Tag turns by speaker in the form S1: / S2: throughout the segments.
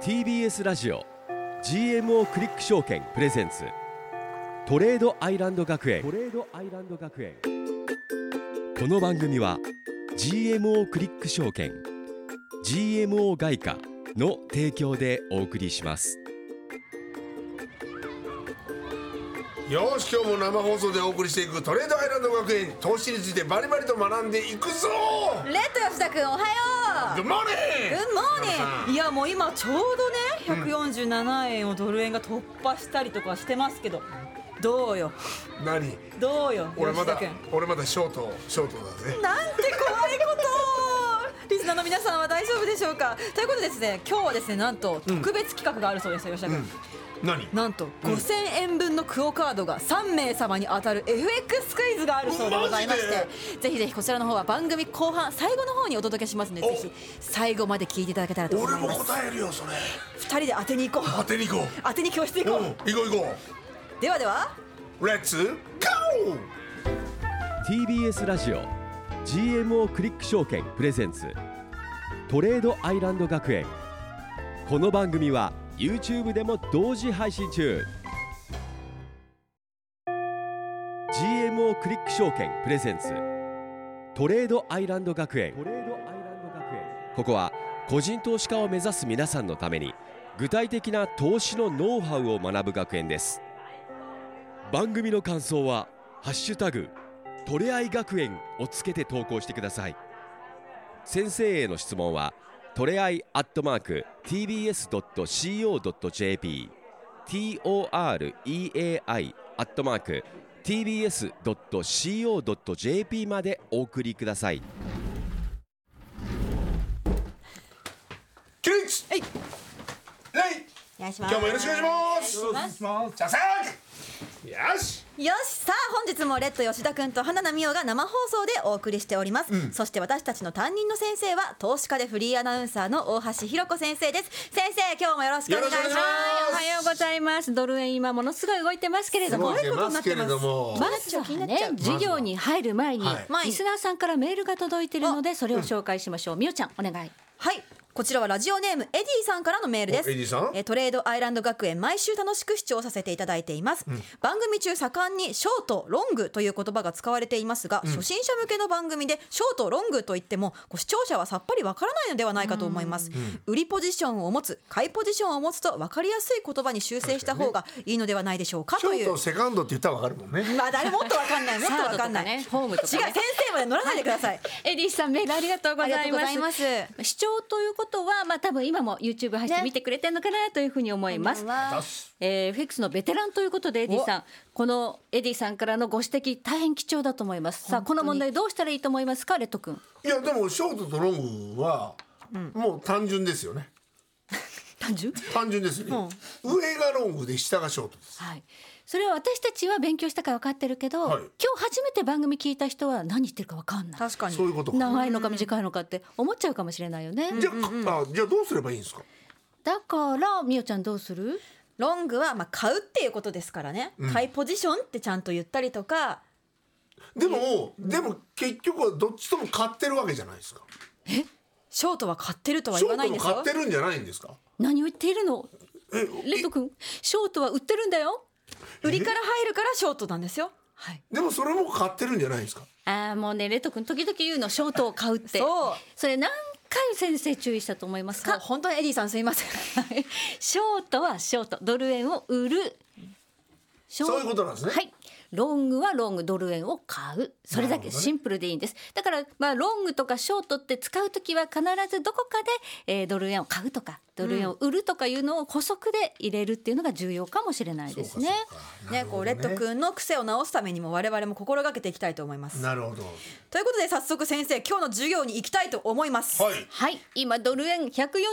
S1: TBS ラジオ GMO クリック証券プレゼンツトレードアイランド学園トレードアイランド学園この番組は GMO クリック証券 GMO 外貨の提供でお送りします
S2: よし今日も生放送でお送りしていくトレードアイランド学園投資についてバリバリと学んでいくぞ
S3: レッド吉田君おはよう
S2: Good morning!
S3: グッモーニングいやもう今ちょうどね147円をドル円が突破したりとかしてますけどどうよ
S2: 何
S3: どうよ
S2: 俺ま
S3: 吉田
S2: だ
S3: 君
S2: 俺まだショートショートだぜ
S3: なんて怖いことをリスナーの皆さんは大丈夫でしょうかということでですね今日はですねなんと特別企画があるそうですよ吉田君、
S2: 何
S3: なんと5000円分のクオカードが3名様に当たる FX クイズがあるそうでございまし
S2: マ
S3: てぜひぜひこちらの方は番組後半最後の方にお届けしますので
S2: お
S3: ぜひ最後まで聞いていただけたらと思
S2: 俺
S3: い
S2: も
S3: ます
S2: 答えるよそれ
S3: 2人で当てに行こ
S2: 当
S3: う
S2: てに行こ
S3: 当てに教室行
S2: う
S3: こ
S2: うん行こう行こ
S3: うではでは
S2: うレッツゴー
S1: TBS ラジオ GMO クリック証券プレゼンツトレードアイランド学園この番組は YouTube でも同時配信中 GMO クリック証券プレゼンツトレードアイランド学園ここは個人投資家を目指す皆さんのために具体的な投資のノウハウを学ぶ学園です番組の感想は「ハッシュタグトレアイ学園」をつけて投稿してください先生への質問はトレアイアットマーク TBS.CO.JP TOREAI アットマーク TBS.CO.JP までお送りください
S2: 起立
S3: はい
S2: レイ
S3: お願いしま
S2: 今
S3: す
S2: 日もよろしくお願いし
S3: お願
S2: ま
S3: い
S2: す
S3: しま
S2: じゃあさよし
S3: すよしさあ本日もレッド吉田君と花奈美桜が生放送でお送りしております、そして私たちの担任の先生は投資家でフリーアナウンサーの大橋ひろ子先生です先生今日もよろしくお願いします
S2: よろしくお願いします
S4: はい、おはようございます。ドル円今ものすごい動いてますけれども。
S2: 動いてますけれども
S4: まずはね、授業に入る前に、
S2: はい
S4: リスナーさんからメールが届いているので、それを紹介しましょう。みおちゃん、お願い。
S3: はいこちらはラジオネームエディさんからのメールです
S2: おエディさん
S3: えートレードアイランド学園毎週楽しく視聴させていただいています、番組中盛んにショートロングという言葉が使われていますが、初心者向けの番組でショートロングと言ってもこう視聴者はさっぱりわからないのではないかと思います、売りポジションを持つ買いポジションを持つと分かりやすい言葉に修正した方がいいのではないでしょうか
S2: シ
S3: と
S2: ョ
S3: い
S2: ー
S3: う
S2: トセカンドって言ったらわかるもんね
S3: まあ誰もっとわかんないもっとわかんない、
S4: サードとかねホームとかね
S3: 違う先生まで乗らないでください
S4: エリーさん、メールありがとうございます。
S3: ありがとうござい
S4: 視聴ということは、まあ、多分今も YouTube 配信見てくれてるのかなというふうに思います。えー、FX のベテランということでエディさんこのエディさんからのご指摘大変貴重だと思いますさあこの問題どうしたらいいと思いますかレッド君
S2: いやでもショートとロングはもう単純ですよね
S4: 単純
S2: 単純ですよね、上がロングで下がショートです
S4: はい、それは私たちは勉強したから分かってるけど、
S2: はい
S4: 今日初めて番組聞いた人は何言ってるか分かんない
S3: 確かに
S2: そういうことか
S4: 長いのか短いのかって思っちゃうかもしれないよね、
S2: じゃあ,、あじゃあどうすればいいんですか
S4: だからみおちゃんどうする
S3: ロングはまあ買うっていうことですからね、買いポジションってちゃんと言ったりとか
S2: でも、でも結局はどっちとも買ってるわけじゃないですか
S3: ショートは買ってるとは
S2: シ
S3: 言
S2: ョ
S3: わ
S2: ー
S3: な
S2: ト
S3: いん
S2: も
S3: で
S2: 買
S3: す
S2: っ
S3: よ
S2: てるんじゃないんですか
S4: 何を言っているの
S2: え
S4: レッド君ショートは売ってるんだよ
S3: 売りから入るからショートなんですよ
S4: はい
S2: でもそれも買ってるんじゃないですか
S4: ああもうねレッド君時々言うのショートを買うって
S3: そう
S4: それ何回先生注意したと思います
S3: そう
S4: か
S3: 本当にエディさんすい ません
S4: はいショートはショートドル円を売るショー
S2: そういうことなんですね
S4: はいロングはロングドル円を買うそれだ
S2: な
S4: け
S2: るほどね
S4: シンプルでいいんです、だからまあロングとかショートって使う時は必ずどこかで、えードル円を買うとかドル円を売るとかいうのを補足で入れるっていうのが重要かもしれないですね、
S3: ねこうレッド君の癖を直すためにも我々も心がけていきたいと思います
S2: なるほど
S3: ということで早速先生今日の授業に行きたいと思います、
S2: はい
S4: はい今ドル円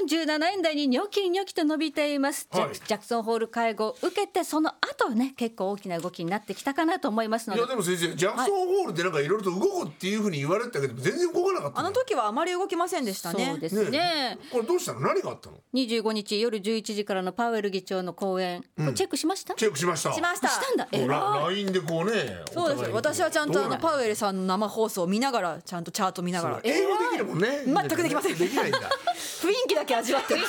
S4: 147円台にニョキニョキと伸びています、ジャ
S2: はい
S4: クジャクソンホール会合を受けてその後ね結構大きな動きになってきたかなと思いますの
S2: い
S4: で
S2: やでも先生ジャクソンホールでなんかいろいろと動くっていうふうに言われてたけど全然動かなかった
S3: あの時はあまり動きませんでしたね
S4: そうです
S2: ね
S4: ね
S2: これどうしたの何があったの
S4: 25日夜11時からのパウエル議長の講演、これチェックしました
S2: チェックしました
S3: しました
S4: したんだ
S2: ほ
S4: え
S2: ら
S4: ら
S2: LINE でこうね
S3: そうです私はちゃんとあのパウエルさんの生放送を見ながらちゃんとチャート見ながら
S2: 英語できるもんね
S3: 全くできません
S2: できないんだ
S3: 雰囲気だけ味わってる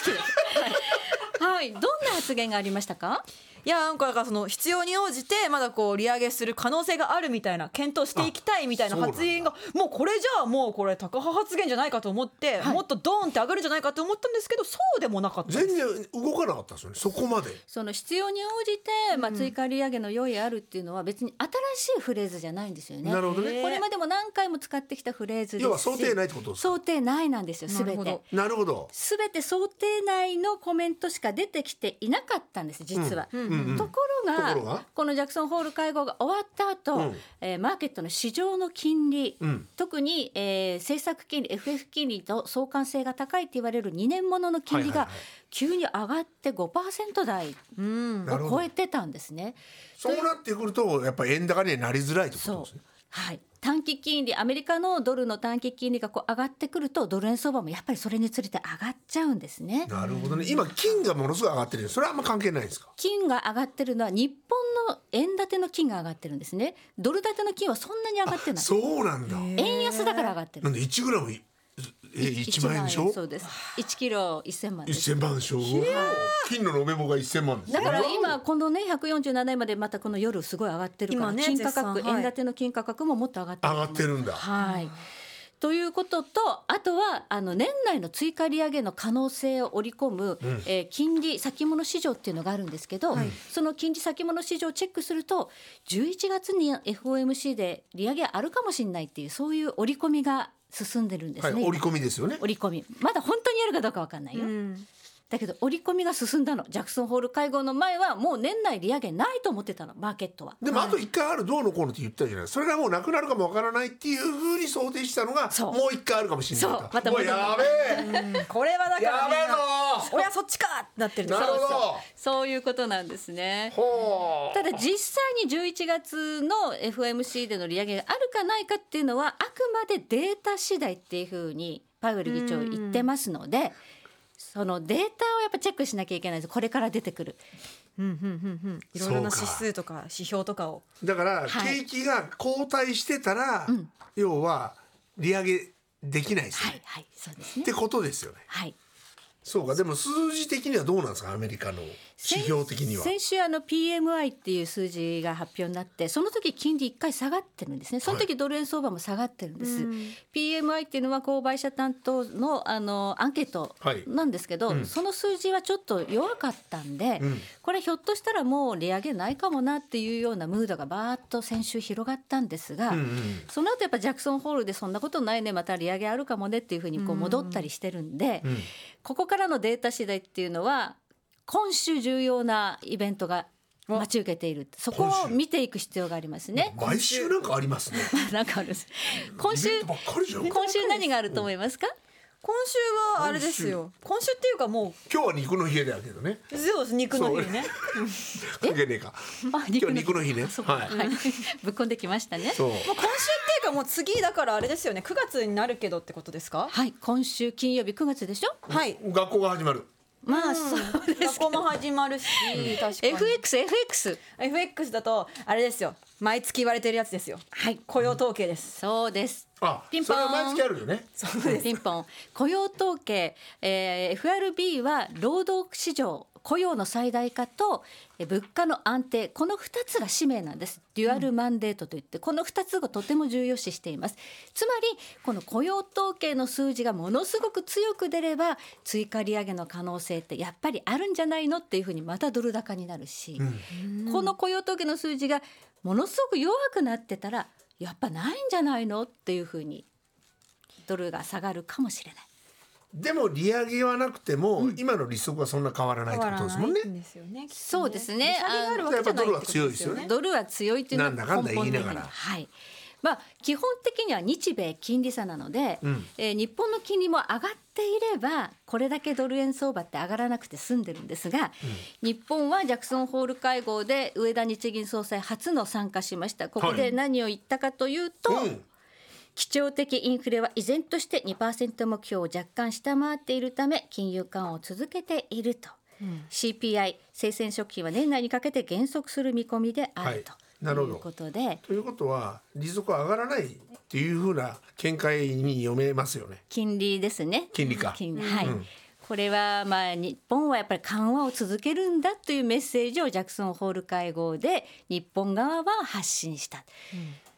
S4: はい、どんな発言がありましたか。
S3: いやなんかだからその必要に応じてまだこう利上げする可能性があるみたいな検討していきたいみたいな発言がもうこれじゃあもうこれ高派発言じゃないかと思って、もっとドーンって上がるんじゃないかと思ったんですけどそうでもなかったです
S2: 全然動かなかったですよねそこまで
S4: その必要に応じて、まあ、追加利上げの用意あるっていうのは別に新しいフレーズじゃないんですよね。
S2: なるほどね
S4: これまでも何回も使ってきたフレーズですし
S2: 要は想定内ってことですか
S4: 想定内なんですよす
S3: な
S4: べ
S3: るほ
S4: て
S3: ど。
S2: なるほど
S4: すべて想定内のコメントしか出てきていなかったんです実は、
S2: うん
S4: ところが
S2: ところが
S4: このジャクソンホール会合が終わった
S2: う
S4: 後、
S2: ん
S4: えーマーケットの市場の金利、
S2: うん
S4: 特に、えー政策金利 FF 金利と相関性が高いって言われる2年ものの金利
S2: はい
S4: が
S2: はいはい
S4: 急に上がって5%台
S3: うん
S2: なる
S4: を
S2: ほ
S4: 超
S2: ど
S4: えてたんですね。
S2: そうなってくるとやっぱり円高にはなりづらいってこと
S4: そ
S2: です
S4: う
S2: ね
S4: はい、短期金利アメリカのドルの短期金利がこう上がってくるとドル円相場もやっぱりそれにつれて上がっちゃうんですね。
S2: なるほどね今金がものすごい上がってるそれはあんま関係ないんですか
S4: 金が上がってるのは日本の円建ての金が上がってるんですねドル建ての金はそんなに上がってない
S2: そうなんだ
S4: 円安だから上がってる
S2: なんで1グラムいえ1万円でし
S4: そ
S2: ょ
S4: うです1キロ1000万です
S2: 1000万円でしょ金の延べ棒が1000万円です
S4: だ
S2: よ
S4: から今このね147円までまたこの夜すごい上がってるから、
S3: 今ね
S4: 金価格、
S3: 絶賛はい
S4: 円建ての金価格ももっと上がってる
S2: 上がってるんだ
S4: はい。ということとあとはあの年内の追加利上げの可能性を織り込む、えー金利先物市場っていうのがあるんですけど、その金利先物市場をチェックすると11月に FOMC で利上げあるかもしれないっていうそういう織り込みが進んでるんで
S2: は
S4: す
S2: い
S4: ね、
S2: 折り込みですよね
S4: 織り込みまだ本当にやるかどうかわかんないよ、
S3: うん
S4: だけど織り込みが進んだのジャクソンホール会合の前はもう年内利上げないと思ってたのマーケットは。
S2: でもあと一回あるどうのこうのって言ったじゃないそれがもうなくなるかもわからないっていうふうに想定したのが
S4: そう
S2: もう一回あるかもしれない
S4: そうまた
S2: もうやべ え
S3: これはだから
S2: やべえぞ
S3: みんな親そっちかってなってるんで す
S2: なるほど
S4: そういうことなんですね。
S2: ほ
S4: ただ実際に11月の FOMC での利上げがあるかないかっていうのはあくまでデータ次第っていうふうにパウエル議長言ってますのでそのデータをやっぱチェックしなきゃいけないですこれから出てくる
S3: いろいろな指数とか指標とかを
S2: うだから
S4: はい
S2: 景気が後退してたら要は利上げできないです
S4: は
S2: よね
S4: いはいそうです
S2: っ
S4: ね
S2: てことですよね
S4: はい
S2: そうかでも数字的にはどうなんですかアメリカの指標的には
S4: 先週あの PMI っていう数字が発表になってその時金利一回下がってるんですねその時ドル円相場も下がってるんです、PMI っていうのは購買者担当のあのアンケート
S2: はい
S4: なんですけど、その数字はちょっと弱かったんで、
S2: ん
S4: これひょっとしたらもう利上げないかもなっていうようなムードがバーッと先週広がったんですが、
S2: うんうん
S4: その後やっぱジャクソンホールでそんなことないねまた利上げあるかもねっていうふうにこう戻ったりしてるんで、
S2: ん
S4: ここからのデータ次第っていうのは今週重要なイベントが待ち受けているそこを見ていく必要がありますね。
S2: 毎週なんかありますね
S4: なんかあるんです今週
S2: イベントばっかりじゃん
S4: 今週何があると思いますか、
S3: 今週はあれですよ今週っていうかも
S2: 今日は肉の日だけどね
S3: うそうです肉の日ね
S2: 関係ねえか
S4: あ
S2: 今日肉の日ね
S4: そう
S2: は
S4: はいい、 ぶっこんできましたね。
S2: そう
S3: もう今週っていうかもう次だからあれですよね9月になるけどってことですか
S4: はい、今週金曜日9月でしょ。
S3: はい
S2: 学校が始まる
S4: まあ、そうで
S3: 学
S4: す
S3: 校も始まるし確かに
S4: FX FX。
S3: FX だとあれですよ毎月言われてるやつですよ
S4: はい、
S3: 雇用統計です
S4: そうです。
S2: あ
S4: ピンポーン
S2: それは毎月あるよね
S4: ピンポン雇用統計、えー FRB は労働市場雇用の最大化とえー物価の安定この2つが使命なんですデュアルマンデートといって、この2つをとても重要視していますつまりこの雇用統計の数字がものすごく強く出れば追加利上げの可能性ってやっぱりあるんじゃないのっていうふうにまたドル高になるし、この雇用統計の数字がものすごく弱くなってたらやっぱないんじゃないのっていうふうにドルが下がるかもしれない。
S2: でも利上げはなくても、今の利息はそんな変わらないってことですもんね。
S3: んですよね
S4: そうですね
S3: 利下げがあるわけじゃないってことですよ
S2: あ
S3: ね
S4: ドルは強いというの
S2: なんだ
S4: が
S2: かんだ
S4: 根本的
S2: 言いながら
S4: はい。まあ基本的には日米金利差なので、えー日本の金利も上がっていればこれだけドル円相場って上がらなくて済んでるんですが、日本はジャクソンホール会合で上田日銀総裁初の参加しましたここ
S2: は
S4: で
S2: い
S4: 何を言ったかというと、
S2: うん、
S4: 基調的インフレは依然として2%目標を若干下回っているため金融緩和を続けていると、CPI 生鮮食品は年内にかけて減速する見込みであると、
S2: はいなるほど
S4: いうことで
S2: ということは利息は上がらないっていうふうな見解に読めますよね。
S4: 金利ですね
S2: 金利か
S4: 金利はい、これはまあ日本はやっぱり緩和を続けるんだというメッセージをジャクソンホール会合で日本側は発信した。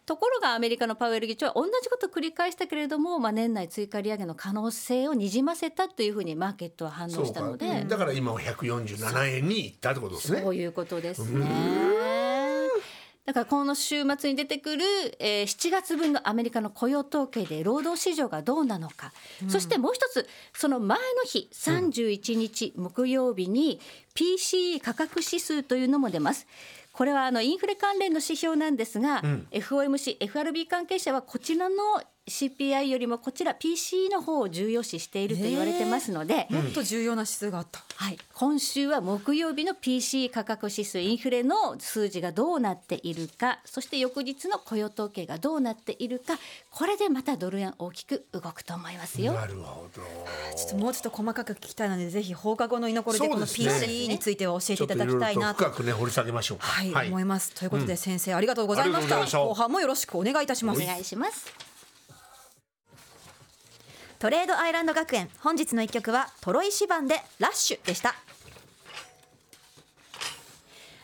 S4: ところがアメリカのパウエル議長は同じことを繰り返したけれども、まあ、年内追加利上げの可能性をにじませたというふうにマーケットは反
S2: そ
S4: 応し
S2: う
S4: た
S2: か
S4: ので
S2: だから今は147円にいったってことですね
S4: そういうことですね。だからこの週末に出てくる、えー7月分のアメリカの雇用統計で労働市場がどうなのか、そしてもう一つその前の日31日木曜日に PCE 価格指数というのも出ます。これはあのインフレ関連の指標なんですが、FOMC、FRB 関係者はこちらの CPI よりもこちら PCE の方を重要視していると言われてますので、
S3: もっと重要な指数があった。
S4: はい、今週は木曜日の PC 価格指数インフレの数字がどうなっているかそして翌日の雇用統計がどうなっているかこれでまたドル円大きく動くと思いますよ。
S2: なるほど
S3: ちょっともうちょっと細かく聞きたいのでぜひ放課後の居残りでこの
S2: そうですね
S3: PCE については教え
S2: ち
S3: て
S2: ょっ
S3: い
S2: とい
S3: ただ
S2: ろ
S3: きた
S2: い
S3: いな
S2: ろと
S3: と
S2: 深くね掘り下げましょうか
S3: はい、思いますということで先生ありがとうございまし
S2: あ
S3: た
S2: りがとうございました
S3: 後半もよろしくお願いいたしま
S4: お
S3: す
S4: 願いします。
S3: トレードアイランド学園本日の一曲はトロイシバンでラッシュでした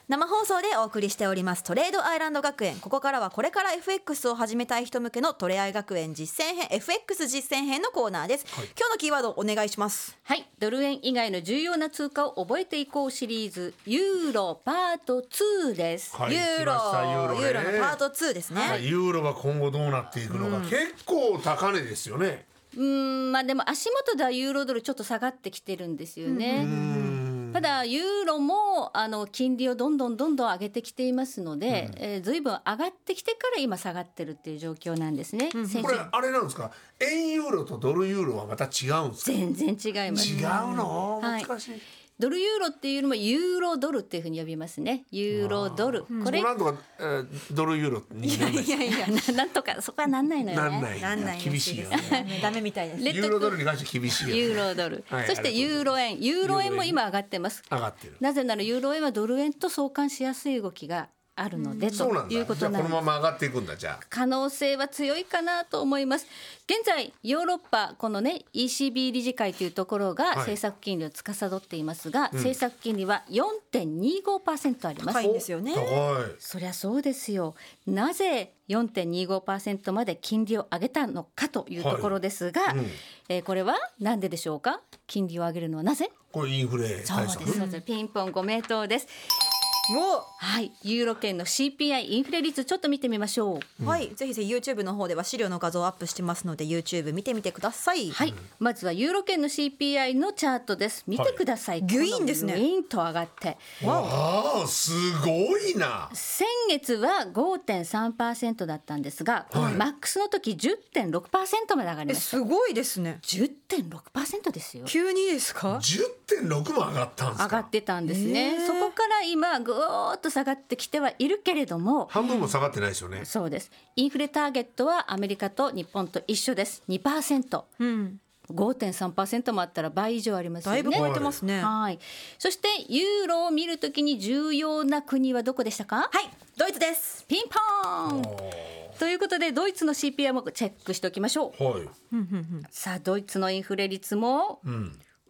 S3: 生放送でお送りしておりますトレードアイランド学園ここからはこれから FX を始めたい人向けのトレアイ学園実践編 FX 実践編のコーナーです、今日のキーワードお願いします
S4: はい、ドル円以外の重要な通貨を覚えていこうシリーズユーロパート2です。
S2: はい
S3: ユー
S2: 来ました
S3: ロユ
S2: ユーロね
S3: ーロのパート2ですね、
S2: はいユーロは今後どうなっていくのか、結構高値ですよね
S4: うーんまあでも足元ではユーロドルちょっと下がってきてるんですよね。ただユーロもあの金利をどんどんどんどん上げてきていますので、えー、ずいぶん上がってきてから今下がってるっていう状況なんですね。先
S2: これ
S4: 週
S2: あれなんですか円ユーロとドルユーロはまた違うんですか
S4: 全然違います
S2: 違。うの
S4: はい
S2: 難しい、
S4: ドルユーロっていうよりもユーロドルっていうふうに呼びますね。ユーロドル。こ
S2: こ
S4: れ
S2: れなんとか、えードルユーロにならない
S4: いやいやななんとかそこはなんないのよね。
S2: なんない
S3: なんないらし
S2: 厳しい
S3: で
S2: よ
S3: す
S2: ね
S3: ね ダメみたいです
S4: レッ
S2: ユ
S4: ド
S2: ーロドルに関して厳しいよね
S4: ユーロドル。
S2: はい
S4: そしてユーロ円。ユーロ円も今上がってます。
S2: 上がってる
S4: なぜならユーロ円はドル円と相関しやすい動きがあるので、
S2: そうなん
S4: と
S2: だ
S4: いうこ
S2: じゃ
S4: と
S2: あ
S4: な
S2: こ
S4: ん
S2: の
S4: です。
S2: まま上がっていくんだじゃあ
S4: 可能性は強いかなと思います現在ヨーロッパこのね ECB 理事会というところが
S2: い
S4: 政策金利を司っていますが、政策金利は4.25%あります、
S3: 高いんですよね
S2: 高い
S4: そりゃそうですよなぜ4.25%まで金利を上げたのかというところですが、えーこれはなんででしょうか金利を上げるのはなぜ
S2: これインフレ
S4: そう
S2: 対
S4: です
S2: 策
S4: そうですピンポンご名答です
S3: お
S4: はい、ユーロ圏の CPI インフレ率ちょっと見てみましょう。
S3: はい、ぜひぜひ YouTube の方では資料の画像をアップしてますので YouTube 見てみてください、
S4: はい、まずはユーロ圏の CPI のチャートです。見てください。
S3: ギュイーンですね
S4: ギュイーンと上がって、
S2: ああすごいな
S4: 先月は5.3%だったんですが、マックスの時10.6%まで上がり
S3: え
S4: ました。
S3: すごいですね
S4: 10.6%ですよ。
S3: 急にですか
S2: 10.6も上がったんです
S4: 上が
S2: か
S4: ってたんですね。そこから今ぐーっと下がってきてはいるけれども、
S2: 半分も下がってないですよね
S4: そうです。インフレターゲットはアメリカと日本と一緒です。2%。
S3: うん
S4: 5.3%もあったら倍以上ありますよ
S3: だ
S4: ね。
S3: いぶ超えてますねは
S4: はい。そしてユーロを見るときに重要な国はどこでしたか？
S3: いドイツです
S4: ピンポーン。ということでドイツの CPI もチェックしておきましょう。
S2: はい
S4: さあドイツのインフレ率も、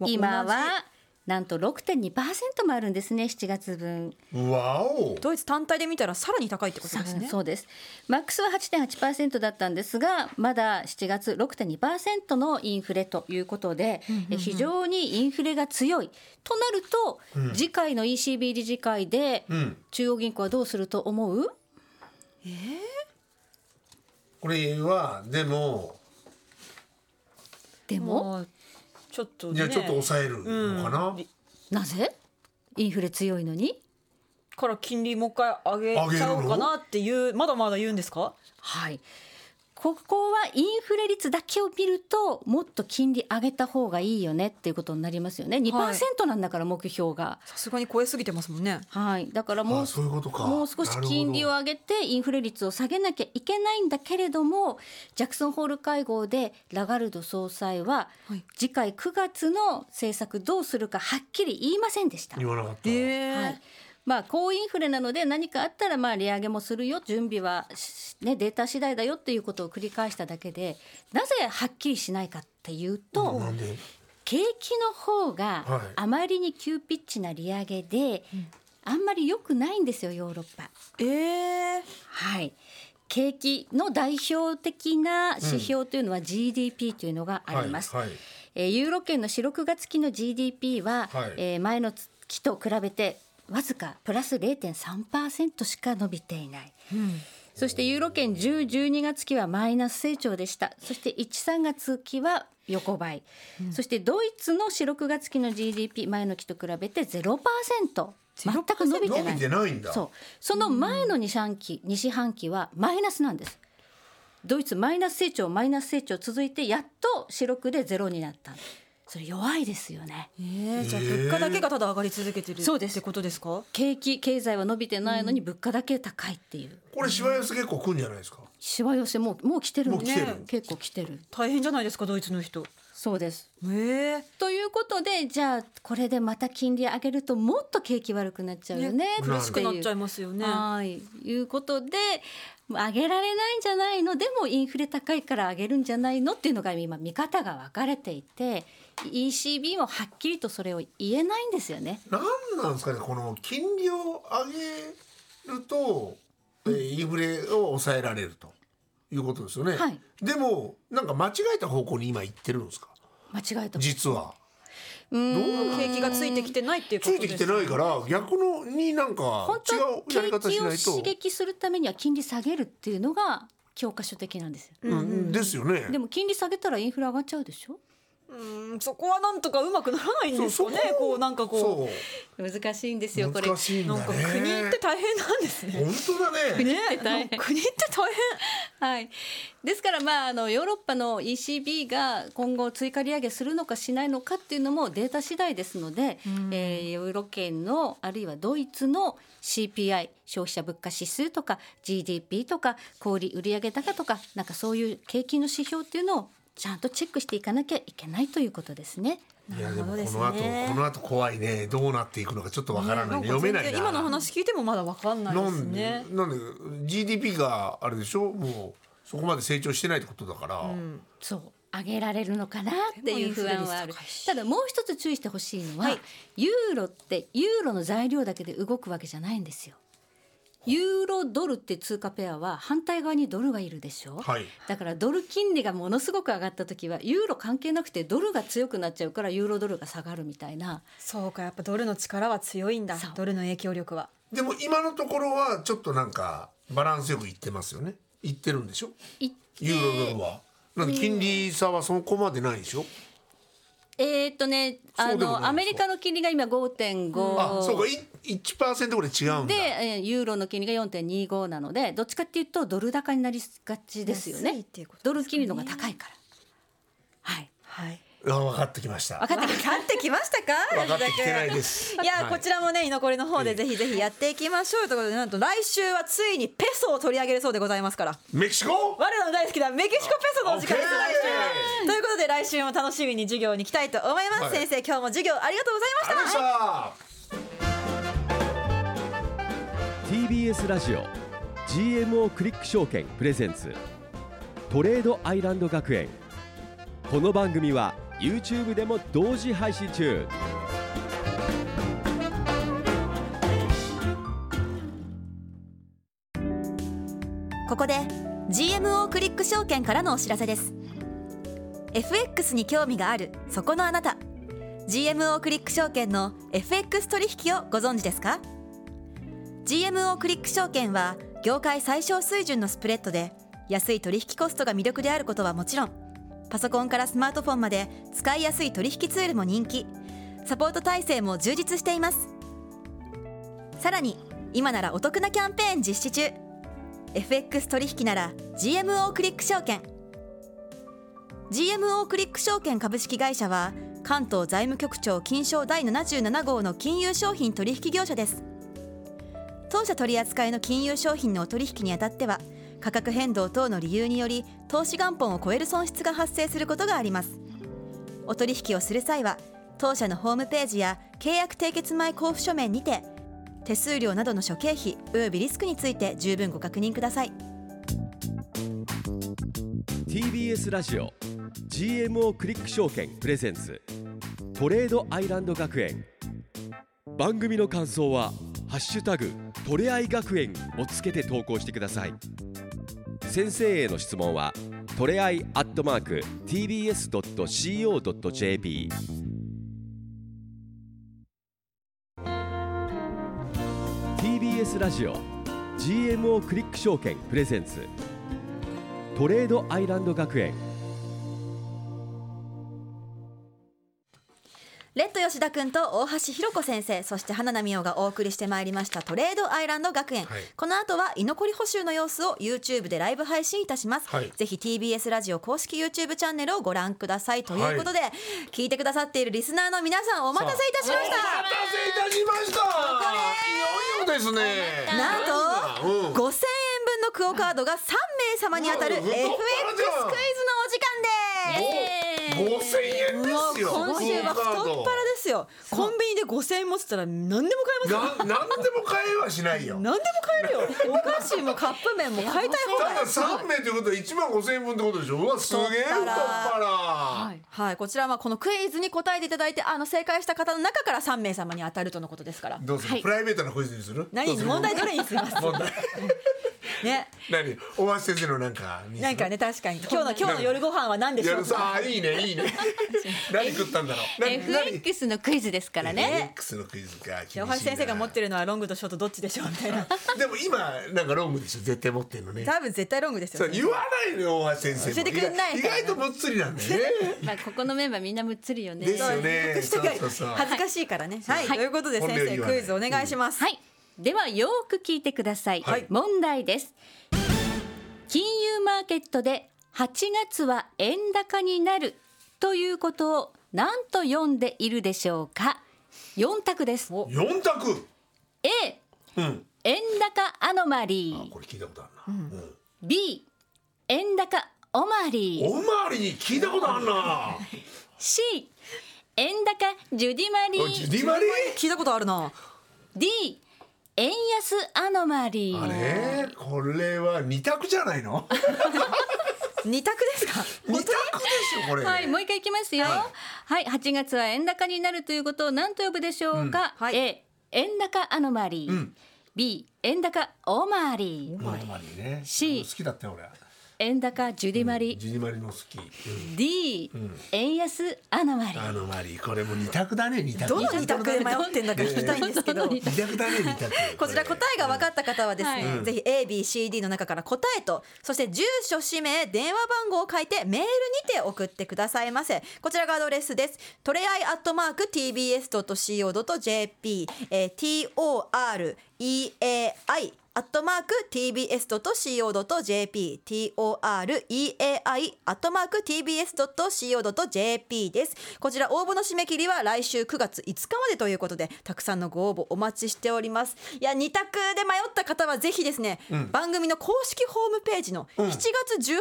S3: 同じ
S4: 今はなんと6.2%もあるんですね7月分。
S2: わお
S3: ドイツ単体で見たらさらに高いってことですね
S4: そうです。マックスは8.8%だったんですが、まだ7月6.2%のインフレということで、え非常にインフレが強いとなると、次回の ECB 理事会で
S2: ん
S4: 中央銀行はどうすると思う？
S2: これはでも
S4: でも
S3: もうちょっと
S2: い
S3: ね
S2: やちょっと抑えるのかな、
S4: なぜ？インフレ強いのに？
S3: から金利もう一回上げちゃおうかなっていうまだまだ言うんですか
S4: はい。ここはインフレ率だけを見るともっと金利上げた方がいいよねっていうことになりますよね。2%なんだから目標が。
S3: さすがに超えすぎてますもんね
S4: はい、だからも
S2: あ
S4: う
S2: そういうことか
S4: もう少し金利を上げてインフレ率を下げなきゃいけないんだけれどもジャクソンホール会合でラガルド総裁は
S3: はい
S4: 次回9月の政策どうするかはっきり言いませんでした。
S2: 言わなかった、
S3: え
S4: はいまあ、高インフレなので何かあったらまあ利上げもするよ準備はし、ね、データ次第だよっていうことを繰り返しただけでなぜはっきりしないかっていうと、
S2: なんで
S4: 景気の方が
S2: はい
S4: あまりに急ピッチな利上げで、あんまり良くないんですよヨーロッパ。
S3: ええ
S4: はい景気の代表的な指標というのは GDP というのがあります。
S2: はいはい
S4: えーユーロ圏の4、6月期の GDP は、
S2: はい
S4: えー前の月と比べてわずかプラス0.3%しか伸びていない。そしてユーロ圏10、12月期はマイナス成長でした。そして1、3月期は横ばい。そしてドイツの4、6月期の GDP 前の期と比べて0%。全く伸びてな
S2: 伸
S4: い
S2: びてないんだ
S4: そうその前の2四半期2四半期はマイナスなんですドイツマイナス成長マイナス成長続いてやっと四六でゼロになったそれ弱いですよね
S3: ええじゃあ物価だけがただ上がり続けてる
S4: そうです
S3: ってことですか
S4: 景気経済は伸びてないのに物価だけ高いっていう
S2: これしわ寄せ結構来るんじゃないですか
S4: しわ寄せもうもう来てるんです
S2: もう来てる
S4: 結構来てる
S3: 大変じゃないですかドイツの人
S4: そうです
S3: ええ
S4: ということでじゃあこれでまた金利上げるともっと景気悪くなっちゃうよね
S3: ね苦しくなっ
S4: っていう
S3: ちゃいますよね
S4: はい、いうことで上げられないんじゃないのでもインフレ高いから上げるんじゃないのっていうのが今見方が分かれていて ECB もはっきりとそれを言えないんですよね。
S2: なんなんですかねこの金利を上げると、えーインフレを抑えられるということですよね、
S4: はい
S2: でもなんか間違えた方向に今行ってるんですか
S4: 間違えた
S2: 実は
S4: うーん
S3: 景気がついてきてないっていうこ
S2: つい
S3: と
S2: て
S3: で
S2: き
S3: す
S2: てないから逆のになん
S4: 本
S2: か
S4: 当は
S2: 違うやり
S4: 景
S2: 方し
S4: 気
S2: な
S4: を
S2: いと
S4: 刺激するためには金利下げるっていうのが教科書的なんですよ。
S2: うん、ですよね
S4: でも金利下げたらインフレ上がっちゃうでしょ
S3: うんそこはなんとかうまくならないんですかね
S2: そ
S3: こうなんかこ
S4: 難しいんです
S2: そ
S4: よ
S2: う
S4: これ
S2: 難しいん
S3: うなん
S2: だ
S3: か
S2: ね
S3: 国って大変なんですね
S2: 本当だね
S3: ね
S4: 大変
S3: 国って大
S4: はい、ですから、まあ、あのヨーロッパの ECB が今後追加利上げするのかしないのかっていうのもデータ次第ですので、えーヨーロ圏のあるいはドイツの CPI 消費者物価指数とか GDP とか小売売上高とかなんかそういう景気の指標っていうのをちゃんとチェックしていかなきゃいけないということですね。
S2: いやでもこ
S3: なるほ
S2: の
S3: ど
S2: 後、
S3: ですね
S2: この後怖いねどうなっていくのかちょっとわから
S3: 変
S2: ない、ね、読めない
S3: んか全
S2: な
S3: 然今の話聞いてもまだわかんないで
S2: な
S3: す
S2: ん
S3: ね
S2: でなんで GDP があれでしょもうそこまで成長してないってことだから、
S4: そう上げられるのかなっていう不
S3: でもイン
S4: 安はあ
S3: フレ
S4: る
S3: 率高いした
S4: だもう一つ注意してほしいの
S3: は
S4: は、
S3: い
S4: ユーロってユーロの材料だけで動くわけじゃないんですよユーロドルって通貨ペアは反対側にドルがいるでしょ、
S2: はい
S4: だからドル金利がものすごく上がった時はユーロ関係なくてドルが強くなっちゃうからユーロドルが下がるみたいな
S3: そうかやっぱドルの力は強いんだ
S4: そう
S3: ドルの影響力は
S2: でも今のところはちょっとなんかバランスよくいってますよねいってるんでしょ
S4: い
S2: ユーロドルは、なんで金利差はそこまでないでしょ、
S4: えーっとねあ
S2: そうでもない
S4: のアメリカの金利が今
S2: あそう
S4: 5.5
S2: かい1%ぐらい違うん
S4: で、
S2: だ
S4: えーユーロの金利が4.25なのでどっちかっていうとドル高になりがちですよ
S3: 安い
S4: ね
S3: っていうことですかね
S4: ドル金利の方が高いからはい
S3: はい
S2: あ分かってきました
S4: 分かってき
S3: 分かってきましたか
S2: 分かってきてないです
S3: いや、こちらもね居残りの方でぜひぜひやっていきましょうということでなんと来週はついにペソを取り上げるそうでございますから
S2: メキシコ
S3: 我らの大好きなメキシコペソのお時間です
S2: オッケー
S3: 来週はということで来週も楽しみに授業に行きたいと思います、
S2: はい
S3: 先生今日も授業ありがとうございまし
S2: あり
S3: た
S2: ました、
S1: TBS ラジオ GMO クリック証券プレゼンツトレードアイランド学園この番組は YouTube でも同時配信中
S3: ここで GMO クリック証券からのお知らせです FX に興味があるそこのあなた GMO クリック証券の FX 取引をご存知ですか GMO クリック証券は業界最小水準のスプレッドで安い取引コストが魅力であることはもちろんパソコンからスマートフォンまで使いやすい取引ツールも人気サポート体制も充実していますさらに今ならお得なキャンペーン実施中 FX 取引なら GMO クリック証券 GMO クリック証券株式会社は関東財務局長金賞第77号の金融商品取引業者です当社取扱いの金融商品のお取引にあたっては価格変動等の理由により投資元本を超える損失が発生することがありますお取引をする際は当社のホームページや契約締結前交付書面にて手数料などの諸経費及びリスクについて十分ご確認ください
S1: TBS ラジオ GMO クリック証券プレゼンツトレードアイランド学園番組の感想はハッシュタグトレアイ学園をつけて投稿してください先生への質問はトレアイアットマーク tbs.co.jp 「TBS ラジオ GMO クリック証券プレゼンツトレードアイランド学園」
S4: レッド吉田君と大橋弘子先生そして花奈美桜がお送りしてまいりましたトレードアイランド学園、
S2: はい
S4: この後は居残り補修の様子を YouTube でライブ配信いたします、
S2: はい
S4: ぜひ TBS ラジオ公式 YouTube チャンネルをご覧くださいということで、聞いてくださっているリスナーの皆さんお待たせいたしまし
S2: お待たせいたしましたいよいよです
S4: た
S2: ね
S4: なんと、5000円分のクオカードが3名様に当たる
S2: う
S4: FX
S2: わ
S4: クイズのお時間です
S2: 五千円ですよ
S4: 今週は太っ腹ですよコンビニで5000円持ってたら何でも買えますよ
S2: ななんでも買えはしないよ
S4: 何でも買えるよお菓子もカップ麺も買いたい放
S2: ただ
S4: 題
S2: 三名ということは一万五千円分ってことでしょうわすげえ太っ腹
S4: はいこちらはこのクイズに答えていただいてあの正解した方の中から3名様に当たるとのことですから
S2: どうする、
S5: はい
S2: プライベートなクイズにする
S4: 何問題どれにすみます
S2: 問題
S4: ね
S2: 何大橋先生のなんかにする
S4: なんかね確かに今日の今日の夜ご飯は何でし
S2: や
S4: ょう
S2: るさ
S4: か
S2: あいいねいい ね何食ったんだろう何何
S5: FX のクイズですからね
S2: FX のクイズか厳しい
S4: 大
S2: な
S4: 橋先生が持ってるのはロングとショートどっちでしょうみたいな
S2: でも今なんかロングでしょ絶対持ってるのね
S4: 多分絶対ロングです
S2: そ
S4: よ
S2: う
S4: ね
S2: 言わないのよ大橋先生も
S4: 教えてくれない
S2: 意外意外とむっつりなんだよ ね
S5: まあここのメンバーみんなむっつりよね
S2: ですよね
S4: 隠しときゃ
S2: そうそうそう
S4: 恥ずかしいからねはい
S5: は
S4: と
S5: い
S4: いうことで
S2: 本
S4: 先
S2: 領
S4: 生
S2: 言わな
S4: ク
S2: い
S4: イズお願いします
S5: はいではよーく聞いてください、
S2: はい
S5: 問題です金融マーケットで8月は円高になるということを何と読んでいるでしょうか4択です
S2: 四択
S5: A
S2: うん
S5: 円高アノマリー
S2: これ聞いたことあるな、うん
S5: B 円高オマリー
S2: おまわりに聞いたことあるな
S5: C 円高ジュディマリ
S2: おいジュ
S5: ー
S2: ディマリ
S4: 聞いたことあるな
S5: D 円安アノマリ
S2: あ
S5: ー
S2: れこれは二択じゃないの
S4: 二択ですか
S2: 二択でしょこれ、
S5: はい、もう一回いきますよ。はい、8月は円高になるということを何と呼ぶでしょうか。
S4: うんはい
S5: A、円高アノマリー。
S2: うん
S5: B、円高オマリ
S2: お
S5: ー。
S2: まりね
S5: C
S2: 好きだったよ俺
S5: 円高ジュディマリ
S2: ジュディマリの好き、うん
S5: ー。D、円安アノマリー。
S2: あのマリこれも二択だね二択
S4: どの二択で迷ってんだか聞きたいんですけど
S5: どの二
S2: 二択だね二択
S4: こちら答えが分かった方はですね、
S5: は
S4: ぜひ ABCD の中から答えとそして住所氏名電話番号を書いてメールにて送ってくださいませこちらがアドレスですトレアイアットマーク TBS.CO.JP、えー、TOREAI アットマーク tbs.co.jp toreai アットマーク tbs.co.jp ですこちら応募の締め切りは来週9月5日までということでたくさんのご応募お待ちしておりますいや二択で迷った方はぜひですね、番組の公式ホームページの7月18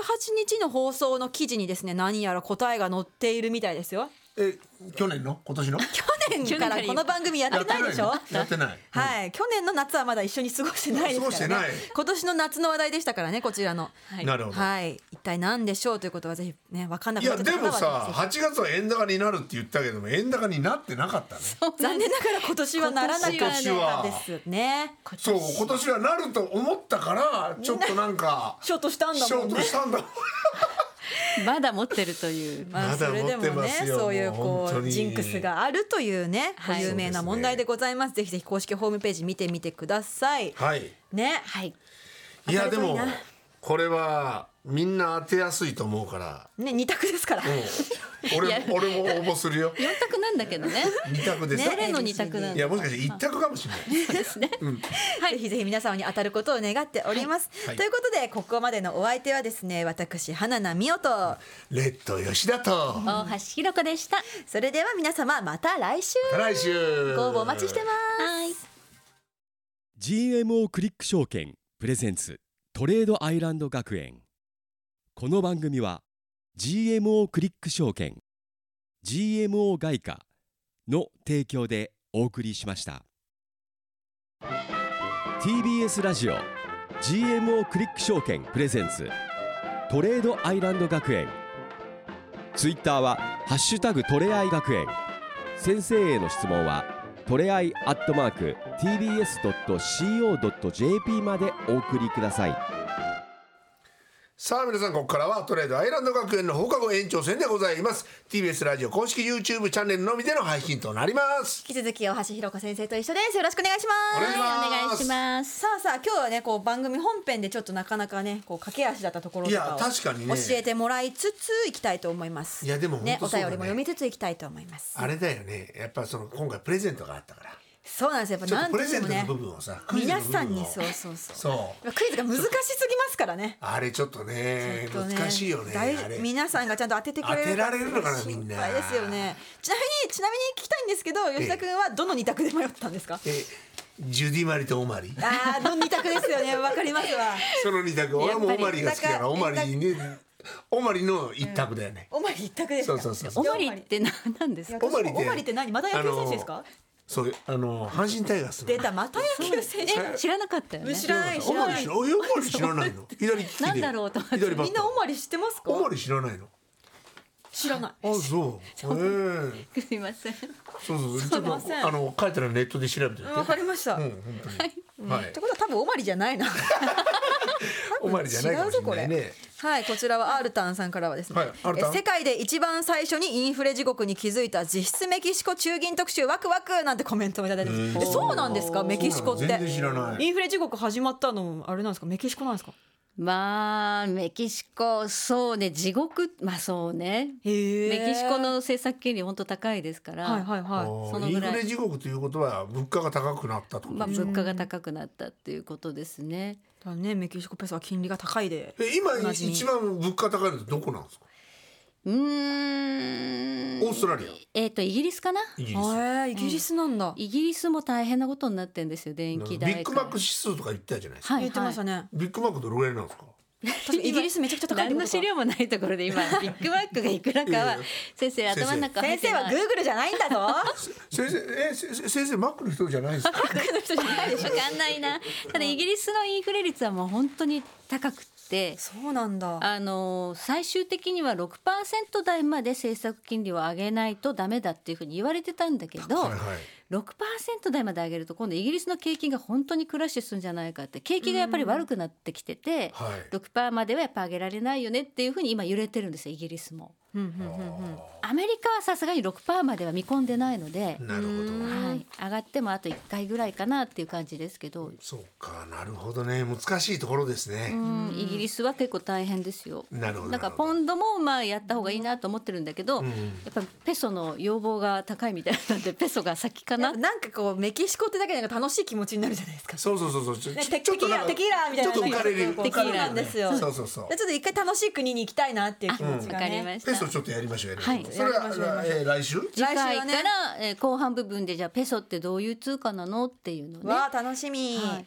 S4: 日の放送の記事にですね何やら答えが載っているみたいですよ
S2: え去年の今年の
S4: 去年からこの番組やってないでしょ
S2: やってない
S4: はい、去年の夏はまだ一緒に過ごしてない
S2: 過
S4: ですから、ね、
S2: ごしてない
S4: 今年の夏の話題でしたからねこちらの、
S5: はい
S2: なるほど
S4: はい、一体何でしょうということはぜひね分かんないくなっ
S2: や
S4: ちゃっ
S2: でも
S4: た方は
S2: さ
S4: ね
S2: 8月は円高になるって言ったけども円高になってなかったね
S4: 残念ながら今年はならなかったんですね
S2: そう今年はなると思ったからちょっとなんか
S4: ショートしたんだ
S2: シ
S4: も
S2: ョ
S4: ん
S2: ー
S4: ね
S2: トしたんだ
S5: まだ持ってるという。
S4: まあ、
S2: まだ
S4: それでも
S2: 持ってま
S4: ね
S2: すよ
S4: そういう
S2: もう
S4: こ
S2: 本当
S4: う
S2: に
S4: ジンクスがあるというね、
S5: はい
S4: 有名な問題でございますぜひぜひ公式ホームページ見てみてください
S2: はい
S4: ね
S5: はい。
S2: いやで
S4: 当
S2: も
S4: たりたいな
S2: これはみんな当てやすいと思うから
S4: ね二択です から、
S2: うん俺も俺も応募するよ
S5: 4択なんだけどね。
S2: 二択 で
S4: ね
S2: す
S5: どれの二択なん
S2: い
S5: だ。
S2: やもしかして一択かもしれない
S4: ぜひぜひ皆様に当たることを願っております、
S2: はい
S4: ということでここまでのお相手はですね私花奈美桜と
S2: レッド吉田と
S5: 大橋ひろ子でした。
S4: それでは皆様また来週
S2: 来週
S4: ご応募お待ちしてます
S5: はい。
S1: GMO クリック証券プレゼンツトレードアイランド学園この番組は GMO クリック証券 GMO 外貨の提供でお送りしました TBS ラジオ GMO クリック証券プレゼンツトレードアイランド学園ツイッターは「ハッシュタグトレアイ学園」先生への質問はトレアイアットマーク tbs.co.jp までお送りください
S2: さあ皆さんここからはトレードアイランド学園の放課後延長戦でございます TBS ラジオ公式 YouTube チャンネルのみでの配信となります
S4: 引き続き大橋ひろ子先生と一緒ですよろしくお願いします
S2: お願いします
S5: はいお願いします。
S4: さあさあ今日はねこう番組本編でちょっとなかなかねこう駆け足だったところとかを
S2: いや確かにね
S4: 教えてもらいつついきたいと思います
S2: いやでも
S4: ね
S2: 本当
S4: お
S2: そうだ
S4: 便
S2: ね
S4: りも読みつついきたいと思います
S2: あれだよねやっぱその今回プレゼントがあったから
S4: そうなんですよやっ
S2: ちょっ
S4: ぱ
S2: とプレ
S4: 何
S2: ゼン
S4: とし
S2: トの
S4: てもね
S2: 部分をさ、クイズの部
S4: 皆
S2: 分を
S4: さんにそうそうそう
S2: そう
S4: クイズが難しすぎますからね
S2: あれちょっとね
S4: ちょっと
S2: 難しいよね
S4: 大
S2: あれ
S4: 皆さんがちゃんと当ててくれる
S2: 当てられるのかなみんな
S4: 心配ですよねちなみにちなみに聞きたいんですけど吉田君はどの 二択で迷ったんですか
S2: えジュディマリとオマリ
S4: あーの二択ですよねわかりますわ
S2: その二択俺はもう
S5: や
S2: オ
S5: っぱり
S2: マリが好きだからオ
S4: なんか
S2: マリにオマリの一択だよね、
S4: おまり一択ですか
S2: そうそうそう
S5: お
S2: そう
S5: まりってななんですか。
S4: おまり
S2: オマリね
S4: って何また野球選手ですか
S2: そうあの阪神タイガースの
S4: 出たまた野球選手
S5: え知らなかったよね。
S4: 知ら ない知
S2: オ
S4: ら
S2: マ
S4: な
S2: リ
S4: い
S2: 知らないオマリ知らないの 左利きで
S5: なんだろうと思って
S2: 左バ
S4: み
S2: ッ
S4: ん
S2: タ
S4: な
S2: ー
S4: おまり知ってますか
S2: オマリ知らないの
S4: 知らない
S2: あそうえー、
S5: すみません。
S2: そうそうちょっ
S4: すいません
S2: とあの書いてあるネットで調べてみて
S4: わかりました、
S2: うん
S4: っ
S2: 本当にはい、
S4: てことは多分おまりじゃないな
S2: オマリじゃないかもしれない
S4: 違うぞ
S2: ね
S4: はいこちらはアルタンさんからはですね、
S2: はいアルタン
S4: え世界で一番最初にインフレ地獄に気づいた実質メキシコ中銀特集ワクワクなんてコメントもいただいてますえそうなんですかメキシコって
S2: 全然知らない
S4: インフレ地獄始まったのあれなんですかメキシコなんですか
S5: まあメキシコそうね地獄まあそうね。
S4: へー
S5: メキシコの政策金利本当高いですから。
S4: はいはいはい
S5: その
S2: イン
S5: ぐ
S2: フ
S5: らい
S2: レ地獄ということは物価が高くなったってこと
S5: まあ
S2: でしょ、
S5: 物価が高くなったっていうことですね。
S4: だねメキシコペソは金利が高いで
S2: え今
S4: おなじみ
S2: 一番物価高いのってどこなんですか
S5: うーん。
S2: オーストラリア
S5: えっ、とイギリスかな。
S2: イギリス
S4: あえイギリスなんだ、
S5: イギリスも大変なことになってんですよ電
S2: ビ
S5: 気代が。
S2: ッグマック指数とか言ってたじゃないですか、
S5: はい、はい、
S4: 言ってましたね、
S2: ビッグマックどれぐらいなんですか
S4: 確か にイギリスめちゃくちゃ高いって
S5: 何
S4: こ
S5: の
S4: とか
S5: 資料もないところで今ビッグマックがいくらか
S2: いや
S5: はい
S2: や
S5: 先生頭の中入
S4: 先
S5: って
S4: 生は
S5: ない
S4: グーグルじゃないんだぞ
S2: 先生えせせ先生マックの人じゃないですか
S5: わかんないなただイギリスのインフレ率はもう本当に高くって
S4: そうなんだ
S5: あの最終的には6%台まで政策金利を上げないとダメだっていうふうに言われてたんだけど
S2: はいはい
S5: 6%台まで上げると今度イギリスの景気が本当にクラッシュするんじゃないかって景気がやっぱり悪くなってきてて
S2: はい
S5: 6%まではやっぱ上げられないよねっていうふうに今揺れてるんですよイギリスも。
S4: うんうんうんうん
S5: アメリカはさすがに6%までは見込んでないので、
S2: なるほど
S5: はい、上がってもあと1回ぐらいかなっていう感じですけど、
S2: そうかなるほどね難しいところですね、
S5: うんイギリスは結構大変ですよ。
S2: なるほど
S5: だから
S2: なるほど
S5: ポンドもまあやった方がいいなと思ってるんだけど、やっぱペソの要望が高いみたいなんでペソが先か な。
S4: なんかこうメキシコってだけでなんか楽しい気持ちになるじゃない ですか
S2: そうそうそうそうちょ
S4: ね
S2: ちょ
S4: テ
S2: ちょっ
S4: キ
S2: と
S4: ー
S2: なん
S4: ラ
S2: か
S4: テキーラみたい
S2: ち
S4: な
S2: ょっと浮かれる
S4: なん
S2: よ
S4: か
S2: 浮
S4: こう
S2: かれ
S4: そう
S2: るよ
S4: なんですよ
S2: そうそうそう
S4: でちょっと一回楽しい国に行きたいなっていう気持ち
S5: わ
S4: が
S5: かり
S4: ね
S5: まし
S2: ペ
S5: た。
S2: ソちょっとやりましょうやりましょう、
S5: はい
S2: それは、えー来週
S5: 次回から
S4: 来、週はね
S5: えー後半部分でじゃあペソってどういう通貨なのっていうのをね、
S4: わあ楽しみ
S5: はい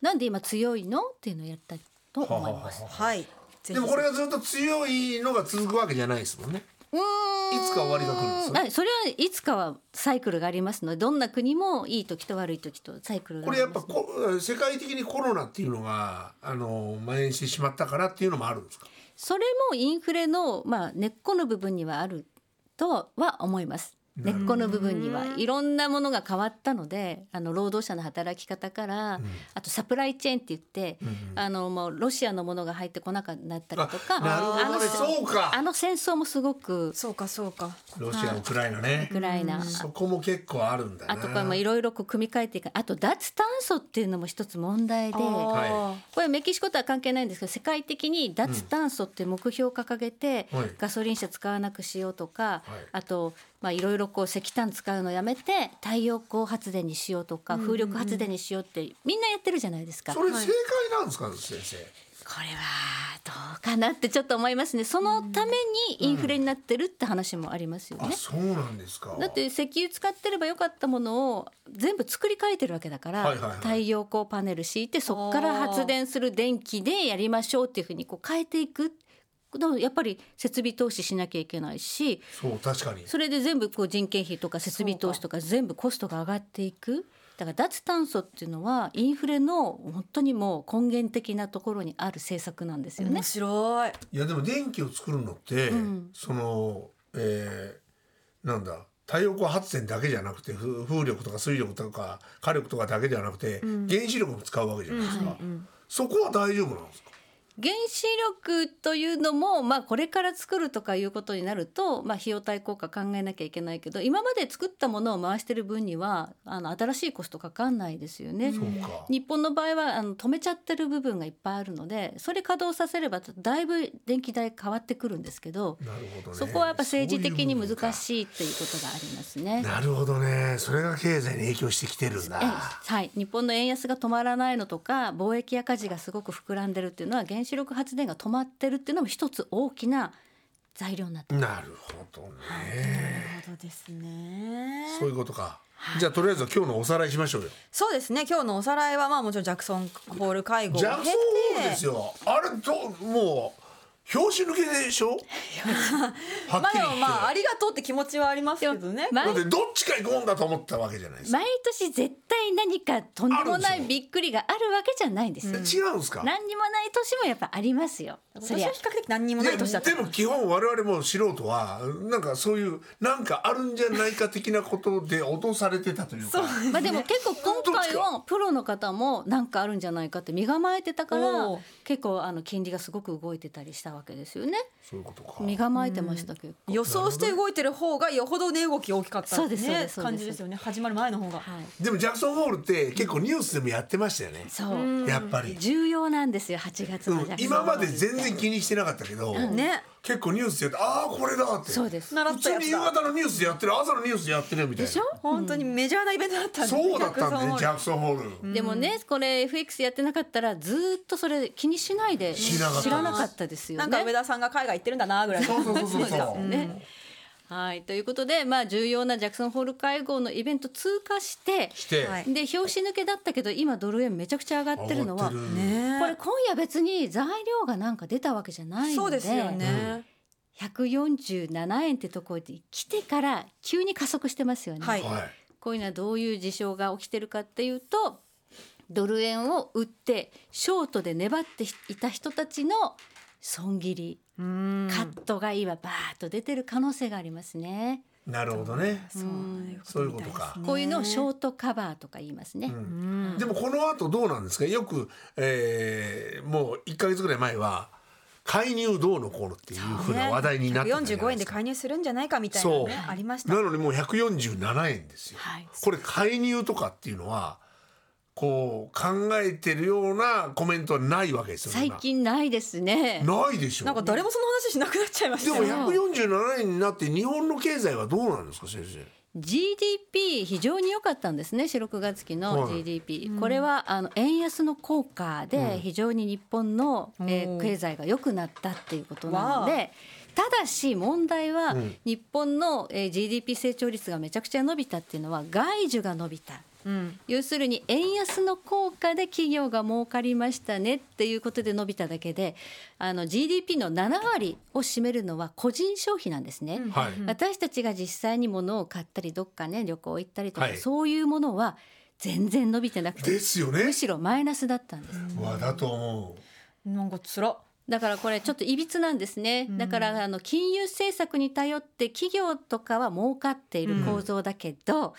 S5: なんで今強いのっていうのをやったいと思います。
S4: はいぜひ
S2: でもこれがずっと強いのが続くわけじゃないですもんね
S5: うー
S2: い
S5: ん
S2: つか終わりが来るんですよ
S5: はいそれはいつかはサイクルがありますのでどんな国もいい時と悪い時とサイクルが
S2: こ
S5: あ
S2: れ
S5: り
S2: やっぱ
S5: ます
S2: こ世界的にコロナっていうのがあの蔓延してしまったからっていうのもあるんですか
S5: それもインフレの、まあ、根っこの部分にはあるとは思います。根っこの部分にはいろんなものが変わったのであの労働者の働き方から、あとサプライチェーンって言って、あのもうロシアのものが入ってこなくなったりとか
S2: あなるほど
S5: あの
S2: ねそうか
S5: あの戦争もすごく
S4: そうかそうか
S2: ロシアウクライナね
S5: ウクライナ
S2: そこも結構あるんだな
S5: あとこれもいろいろこう組み替えていくあと脱炭素っていうのも一つ問題で
S4: あー
S5: こ
S2: は
S5: れメキシコとは関係ないんですけど世界的に脱炭素って目標を掲げて、
S2: はい
S5: ガソリン車使わなくしようとか、
S2: はい
S5: あとまあいろいろこう石炭使うのやめて太陽光発電にしようとか、風力発電にしようってみんなやってるじゃないですか。
S2: それ正解なんですか先生
S5: これはどうかなってちょっと思いますねそのためにインフレになってるって話もありますよね。
S2: あそうなんですか
S5: だって石油使ってればよかったものを全部作り変えてるわけだから、
S2: はいはいはい
S5: 太陽光パネル敷いてそこから発電する電気でやりましょうっていうふうにこう変えていくだからやっぱり設備投資しなきゃいけないし
S2: そう確かに
S5: それで全部こう人件費とか設備投資とか全部コストが上がっていくだから脱炭素っていうのはインフレの本当にもう根源的なところにある政策なんですよね
S4: 面。白い
S2: いやでも電気を作るのって、そのえー、なんだ太陽光発電だけじゃなくてふ風力とか水力とか火力とかだけじゃなくて、原子力も使うわけじゃないですか、そこは大丈夫なんですか
S5: 原子力というのも、まあ、これから作るとかいうことになると、まあ、費用対効果考えなきゃいけないけど今まで作ったものを回してる分にはあの新しいコストかかんないですよね。
S2: そうか
S5: 日本の場合はあの止めちゃってる部分がいっぱいあるのでそれ稼働させればだいぶ電気代変わってくるんですけど
S2: なるほどね
S5: そこはやっぱ政治的に難
S2: い
S5: しいっていうことがありますね。
S2: なるほどねそれが経済に影響してきてるんだ
S5: ええはい、日本の円安が止まらないのとか貿易赤字がすごく膨らんでるっていうのは原子力発電が止まってるっていうのも一つ大きな材料になって
S2: なるほどね
S3: なるほどですね
S2: そういうことかじゃあとりあえずは今日のおさらいしましょうよ
S3: そうですね今日のおさらいはまあもちろんジャク ソンホール会合を
S2: ジ
S3: 経
S2: ャクソンホールですよあれどもう表紙抜けでしょはっ
S3: まあ
S2: き
S3: で
S2: り言っ
S3: も
S2: て、
S3: まあありがとうって気持ちはありますけどね
S5: でもまあ
S2: だってどっちか行こうんだと思ったわけじゃないですか、
S5: 毎年絶対何かとんでもな
S2: あるんです
S5: い
S2: よ
S5: びっくりがあるわけじゃないんですよ、
S2: 違うんですか
S5: 何にもない年もやっぱありますよそり
S3: 私
S5: ゃ
S3: は比較的何にも
S2: い
S3: な
S2: や
S3: い年だった
S2: でも基本我々も素人はなんかそういうなんかあるんじゃないか的なことで脅されてたというか
S5: まあでも結構今回はプロの方もなんかあるんじゃないかって身構えてたから
S3: おう
S5: 結構あの金利がすごく動いてたりしたわけですよね
S2: そういうことか
S5: 身構えてました結 構、
S3: 予想して動いてる方がよほど値動き大きかった
S5: そうですそう
S3: ね
S5: ですそうです
S3: 感じですよね始まる前の方が
S5: はい
S2: でもジャクソンホールって結構ニュースでもやってましたよね、
S5: そう、
S2: やっぱり、
S5: 重要なんですよ8月
S2: う
S5: の
S2: ん
S5: ジャクソン
S2: 今まで全然気にしてなかったけど、
S3: ね
S2: 結構ニュースでやってああこれだって
S5: そうです
S3: 習
S2: 普
S3: った
S2: 通
S3: や
S2: に
S3: つ
S2: 夕
S3: だ
S2: 方のニュースでやってる朝のニュースでやってるみたいな
S5: でしょ、
S3: 本当にメジャーなイベントだったんですね
S2: そうだったんだねジ
S3: ジャ
S2: ャ
S3: ク
S2: クソンホール、
S5: でもねこれ FX やってなかったらずーっとそれ気にしないで
S2: しなかった
S5: 知らなかったです
S3: ソン
S5: よ
S3: な
S5: ね。
S3: んか上田さんが海外行ってるんだなぐらいの
S2: そうそうそうそうそう、
S5: ねはいということで、まあ、重要なジャクソンホール会合のイベント通過して
S2: して、
S3: はい
S5: で表紙抜けだったけど今ドル円めちゃくちゃ上がってるのは
S2: 上がってる
S5: これ今夜別に材料がなんか出たわけじゃない
S3: そ
S5: の
S3: う
S5: で
S3: ですよね
S5: 147円ってところで来てから急に加速してますよね。
S3: はい
S2: はい
S5: こういうのはどういう事象が起きてるかっていうとドル円を売ってショートで粘っていた人たちの損切り
S3: うん
S5: カットが今バーッと出てる可能性がありますね。
S2: なるほどね
S3: そういう
S2: そういう
S3: こ
S2: ことと
S3: みたいです
S2: か
S3: ね
S5: こういうのをショートカバーとか言いますね。
S2: でもこの後どうなんですかよく、えーもう1か月ぐらい前は介入どうのこうのっていうふうな話題になってたじゃ
S3: 145
S2: ない
S3: 円
S2: で
S3: です
S2: か、
S3: 介入するんじゃないかみたいな
S2: そう
S3: ねありました
S2: なのにもう147円ですよ、
S5: はい
S2: これ介入とかっていうのはこう考えてるようなコメントはないわけですよ
S5: 最近ないですね。
S2: 今ないでしょ
S3: なんか誰もその話しなくなっちゃいまし
S2: で
S3: た
S2: も
S3: よ
S2: 147円になって日本の経済はどうなんですか先生
S5: GDP 非常に良かったんですね4、6月期の
S2: はい
S5: GDP、これはあの円安の効果で非常に日本の、えー
S3: おー
S5: 経済が良くなったっていうことなの
S3: わ
S5: でただし問題は
S2: ん
S5: 日本の、えー GDP 成長率がめちゃくちゃ伸びたっていうのは外需が伸びた。
S3: うん
S5: 要するに円安の効果で企業が儲かりましたねっていうことで伸びただけであの GDP の7割を占めるのは個人消費なんですね。
S2: はい
S5: 私たちが実際に物を買ったりどっかね旅行行ったりとか、
S2: はい
S5: そういうものは全然伸びてなく
S2: で
S5: て
S2: すよね
S5: むしろマイナスだったんです
S2: わだと思う
S3: なんかつら
S5: だからこれちょっといびつなんですねだからあの金融政策に頼って企業とかは儲かっている構造だけど、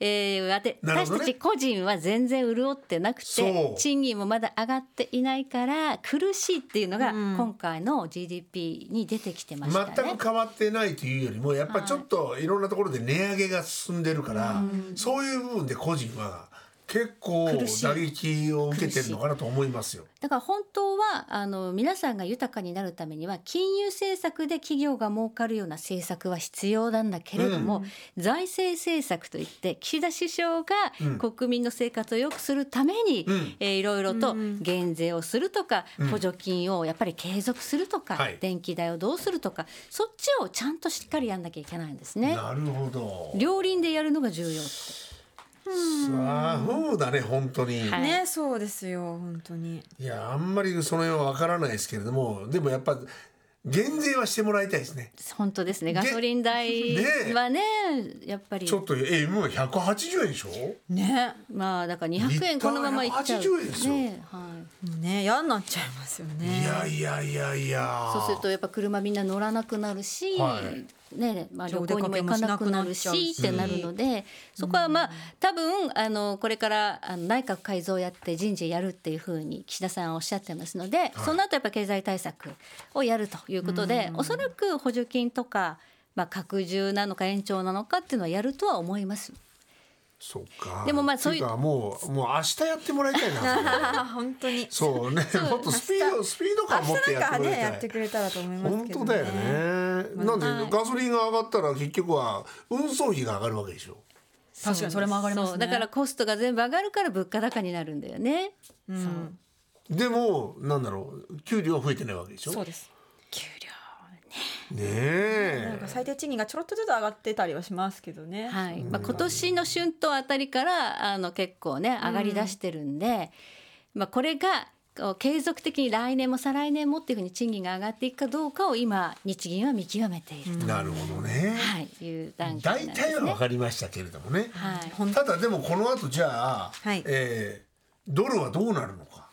S5: えーわて
S2: なるほどね
S5: 私たち個人は全然潤ってなく
S2: そ
S5: て
S2: う
S5: 賃金もまだ上がっていないから苦しいっていうのが
S3: うん
S5: 今回の GDP に出てきてましたね。
S2: 全く変わってないというよりもやっぱりちょっといろんなところで値上げが進んでるから、そういう部分で個人は結構
S5: 苦しい
S2: 打撃を受けてるのかなと思いますよ。
S5: だから本当はあの皆さんが豊かになるためには金融政策で企業が儲かるような政策は必要なんだけれども、財政政策といって岸田首相
S2: うん
S5: が国民の生活を良くするために、
S2: うん
S5: えーいろいろと減税をするとか、
S2: ん
S5: 補助金をやっぱり継続するとか、
S2: はい
S5: 電気代をどうするとかそっちをちゃんとしっかりやんなきゃいけないんですね。
S2: なるほど。
S5: 両輪でやるのが重要って
S2: さあそうだね本当に。
S5: はい
S3: ねそうですよ本当に
S2: いやあんまりその辺はわからないですけれどもでもやっぱ減税はしてもらいたいですね。
S5: 本当ですねガソリン代
S2: ね
S5: はねやっぱり
S2: ちょっとえ今180円でしょ
S3: ね
S5: まあだから200円このままいっちゃう
S2: リッター180円ですよ
S5: ねはい、
S3: ね嫌になっちゃいますよ
S2: い
S3: ね
S2: やいやいやいや
S5: そうするとやっぱ車みんな乗らなくなるし、
S2: はい
S5: ねまあ、
S3: そう
S5: 旅行にも行かなくなるし
S3: お出かけもし
S5: って
S3: なくな
S5: な
S3: っちゃうし
S5: るのでそこはまあ多分あのこれからあの内閣改造やって人事やるっていうふうに岸田さんはおっしゃってますので、その後やっぱ経済対策をやるということで、おそらく補助金とか、まあ、拡充なのか延長なのかっていうのはやるとは思います。
S2: そうか
S5: でもまあそういう
S2: ってかもうもう明日やってもらいたいな
S3: 本当に
S2: そうねもっとスピードスピード
S3: 明
S2: 感持って
S3: 日
S2: や
S3: な
S2: って
S3: んか
S2: もらい
S3: ねや
S2: たい
S3: ってくれたらと思います
S2: 本
S3: けど、
S2: 当だよね、なんで、ガソリンが上がったら結局は運送費が上がるわけでしょ
S3: 確かにそれも上がりますね
S5: そうだからコストが全部上がるから物価高になるんだよね。
S3: うん
S2: でもなんだろう給料は増えてないわけでしょ
S3: そう
S2: ね
S3: です
S5: 給料
S3: なん
S2: え
S3: か最低賃金がちょろっとずつ上がってたりはしますけどね、
S5: はい、まあ、今年の春闘あたりからあの結構ね上がりだしてるんで、まあ、これがこう継続的に来年も再来年もっていうふうに賃金が上がっていくかどうかを今日銀は見極めていると、
S2: なるほどね、
S5: はい、いう段階
S2: 大
S5: なんです
S2: 体は分
S5: ね。
S2: かりましたけれどもね、
S5: はい
S2: ただでもこの後じゃあ、
S3: はい
S2: えードルはどうなるのか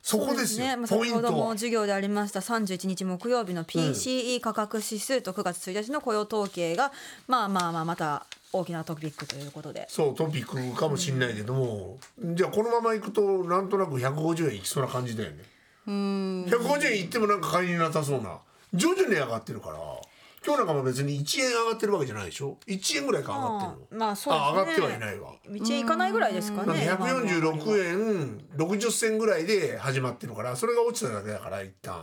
S2: そこですよ
S3: ね、まあ
S2: ポ
S3: 先
S2: イン
S3: ほど
S2: ト
S3: も
S2: は
S3: 授業でありました31日木曜日の PCE 価格指数と9月1日の雇用統計が、まあまあまあまた大きなトピックということで
S2: そうトピックかもしれないけども、じゃあこのままいくとなんとなく150円いきそうな感じだよね150円いってもなんか買いになさそうな徐々に上がってるから今日なんかも別に1円上がってるわけじゃないでしょ1円ぐらいか上がってるの、
S3: まあそうですね
S2: あ上がってはいないわ
S3: 道へ行かないぐらいですか
S2: だ
S3: ね
S2: から
S3: 今の
S2: 146円60銭ぐらいで始まってるからそれが落ちただけだから一旦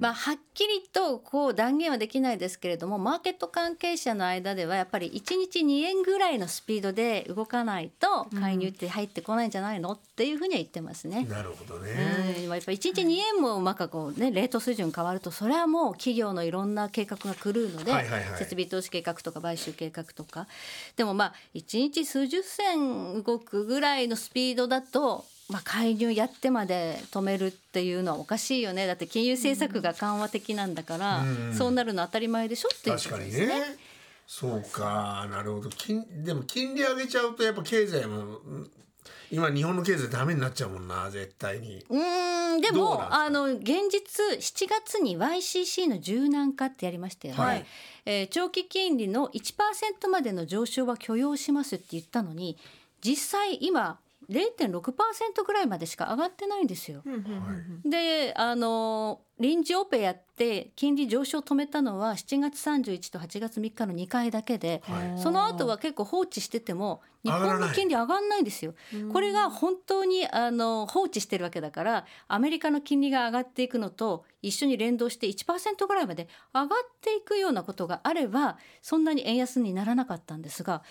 S5: まあ、はっきりとこう断言はできないですけれどもマーケット関係者の間ではやっぱり1日2円ぐらいのスピードで動かないと介入って入ってこないんじゃないのっていうふうには言ってますね。
S2: なるほどね、
S5: うんやっぱり1日2円もなんかこう、ね、レート水準変わるとそれはもう企業のいろんな計画が狂うので、
S2: はいはいはい
S5: 設備投資計画とか買収計画とかでもまあ1日数十銭動くぐらいのスピードだと、まあ、介入やってまで止めるっていうのはおかしいよねだって金融政策が緩和的なんだから、そうなるの当たり前でしょっていうこ
S2: 確
S5: と
S2: かに
S5: ですね。
S2: ね。そうか、なるほど。金でも金利上げちゃうとやっぱ経済もうん今日本の経済ダメになっちゃうもんな絶対に。
S5: うーんで
S2: どうな
S5: も
S2: んですか
S5: あの現実7月に YCC の柔軟化ってやりましたよね、
S2: はい
S5: えー長期金利の1%までの上昇は許容しますって言ったのに実際今0.6%ぐらいまでしか上がってないんですよ。であの臨時オペやって金利上昇を止めたのは7月31と8月3日の2回だけで、
S2: は
S5: その後は結構放置してても日
S2: 上がら
S5: 本
S2: な
S5: の
S2: い
S5: 金利上がらないんですよ。これが本当にあの放置してるわけだからアメリカの金利が上がっていくのと一緒に連動して1%ぐらいまで上がっていくようなことがあればそんなに円安にならなかったんですが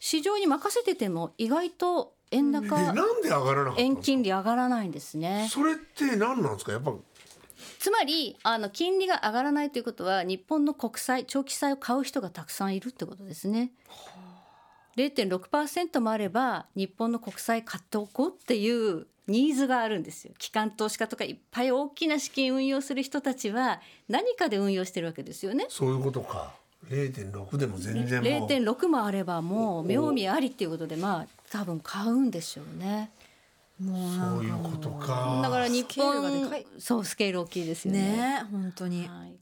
S5: 市場に任せてても意外と円
S2: え
S5: 高、
S2: なんで上がらなかった
S5: 円
S2: の？
S5: 金利上がらないんですね。
S2: それって何なんですかやっぱ。
S5: つまりあの金利が上がらないということは日本の国債長期債を買う人がたくさんいるってことですね。0.6%もあれば日本の国債買っておこうっていうニーズがあるんですよ。機関投資家とかいっぱい大きな資金運用する人たちは何かで運用してるわけですよね。
S2: そういうことか。0.6でも全然もう。
S5: 0.6もあればもう妙味ありっていうことでまあ多分買うんでしょうね。
S3: もうなん
S2: そう
S3: か
S2: いうことか。
S5: だから日
S3: スケールが
S5: 本
S3: でかい
S5: そうスケール大きいですよね
S3: ね本当に
S5: はい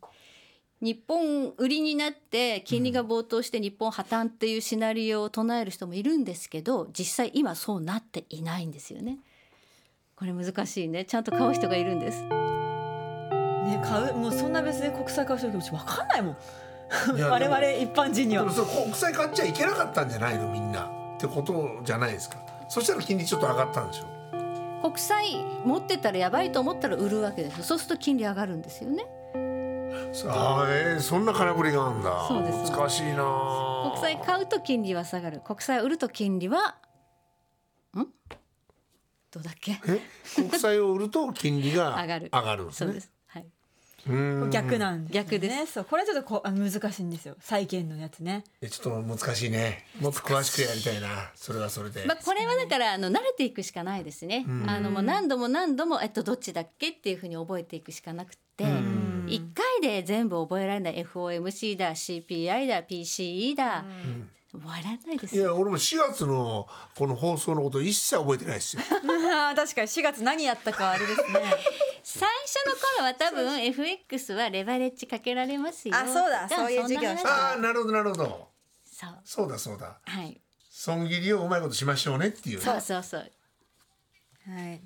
S5: 日本売りになって金利が暴騰して日本破綻っていうシナリオを唱える人もいるんですけど実際今そうなっていないんですよね。これ難しいねちゃんと買う人がいるんです。
S3: ね買うもうそんな別で国債買う人の気持ちわかんないもん
S2: いや
S3: 我々一般人に
S2: で
S3: は
S2: もそれ国債買っちゃいけなかったんじゃないのみんなってことじゃないですか。そしたら金利ちょっと上がったんでしょ。
S5: 国債持ってたらやばいと思ったら売るわけですよそうすると金利上がるんですよね。
S2: ああえー、そんな空振りがあるんだ。
S5: そうです
S2: 難しいなあ。
S5: 国債買うと金利は下がる国債売ると金利はんどうだっけ
S2: え国債を売ると金利が
S5: 上がる
S2: 上がるんです
S5: そう
S2: ね
S5: で。す。はい
S2: うーん
S3: 逆なんよ
S5: 逆で
S3: ねそうこれちょっとこうあ難しいんですよ債券のやつね
S2: えちょっと難しいね。もっと詳しくやりたいな。それはそれで。
S5: まあ、これはだからあの慣れていくしかないですね。あのもう何度も何度もえっとどっちだっけっていうふうに覚えていくしかなくて、一回で全部覚えられない FOMC だ CPI だ PCE だ、覚えられないです
S2: い
S5: よ。
S2: や俺も4月の この放送のこと一切覚えてないですよ。
S3: あー確かに4月何やったかあれですね
S5: 最初の頃は多分 FX はレバレッジかけられますよ
S3: あそうだ
S5: とか
S3: そういう授業
S5: んな話
S2: ああなるほどなるほど
S5: そう
S2: そうだそうだ
S5: はい
S2: 損切りをうまいことしましょうねっていう
S5: そうそうそう
S3: はい。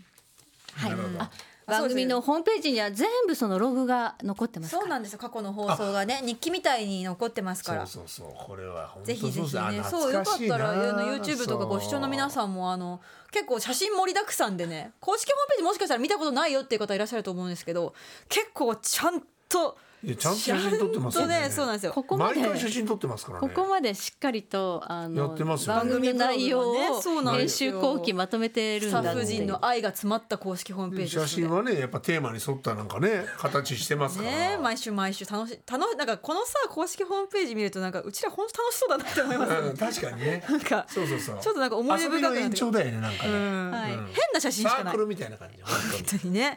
S5: はい
S2: なるほど
S5: あ番組のホームページには全部そのログが残ってます
S3: そう
S5: から
S3: なんですよ過去の放送がね日記みたいに残ってますから。
S2: そうそうそうこれは本当
S3: ぜひぜ
S2: そう
S3: ひ
S2: そう
S3: ね
S2: あ、
S3: そうよ
S2: 懐
S3: かっ
S2: しい
S3: たら
S2: な
S3: あの YouTube とかご視聴の皆
S2: そう
S3: さんもあの結構写真盛りだくさんでね公式ホームページもしかしたら見たことないよっていう方いらっしゃると思うんですけど結構ちゃんと
S2: いやちゃんと写真撮ってますよね
S3: ちゃんとねそうなんですよ
S5: ここま
S2: 毎
S5: で
S2: 回写真撮ってますからね
S5: ここまでしっかりとあ
S2: や
S5: の
S2: ってますよね
S5: 番組の内容
S3: 番組
S5: を
S3: ブログがねそうなんで
S5: 編
S3: す
S5: 集
S3: よ
S5: 後期まとめてるん
S3: ス
S5: だ
S3: タ
S5: って
S3: ッフ
S5: い
S3: 陣
S5: う
S3: の愛が詰まった公式ホームページで
S2: 写
S3: すの
S2: 真
S3: で。
S2: はねやっぱテーマに沿ったなんかね形してますから
S3: ねえ毎週毎週楽しい楽しなんかこのさ公式ホームページ見るとなんかうちら本当楽しそうだなって思いますね
S2: うん確かにね
S3: なんか
S2: そうそうそう
S3: ちょっとなんか思い出深くな
S2: 遊
S3: っ
S2: び
S3: て
S2: の延長だよねなんかね、
S3: うん
S5: はい
S3: 変な写真
S2: サ
S3: しか
S2: ー
S3: ない
S2: クルみたいな感じ本当に
S3: 本当にね、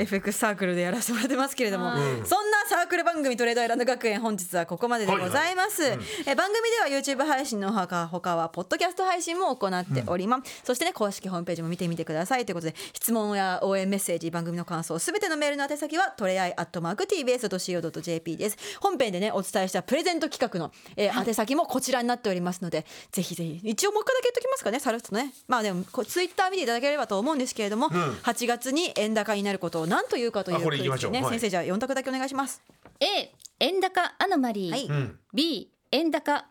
S3: FX サークルでやらせてもらってますけれども、
S5: はい
S3: そんなサークル番組トレードアイランド学園本日はここまででございます、え番組では YouTube 配信のほか他はポッドキャスト配信も行っております、そしてね公式ホームページも見てみてくださいということで質問や応援メッセージ番組の感想すべてのメールの宛先はトレアイアットマーク TBS.CO.JP です本編でねお伝えしたプレゼント企画の、えー宛先もこちらになっておりますのでぜひぜひ一応もう一回だけ言っときますかねサルフとねまあでもこうツイッター見ていただければと思うんですけれども、8月に円高になることを何というかという
S2: あこれ
S3: クイズ
S2: 行きましょう
S3: ね、
S2: はい
S3: 先生じゃあ4択だけお願いします。
S5: A 円高アノマリー、
S3: はい、
S2: うん、
S5: B 円高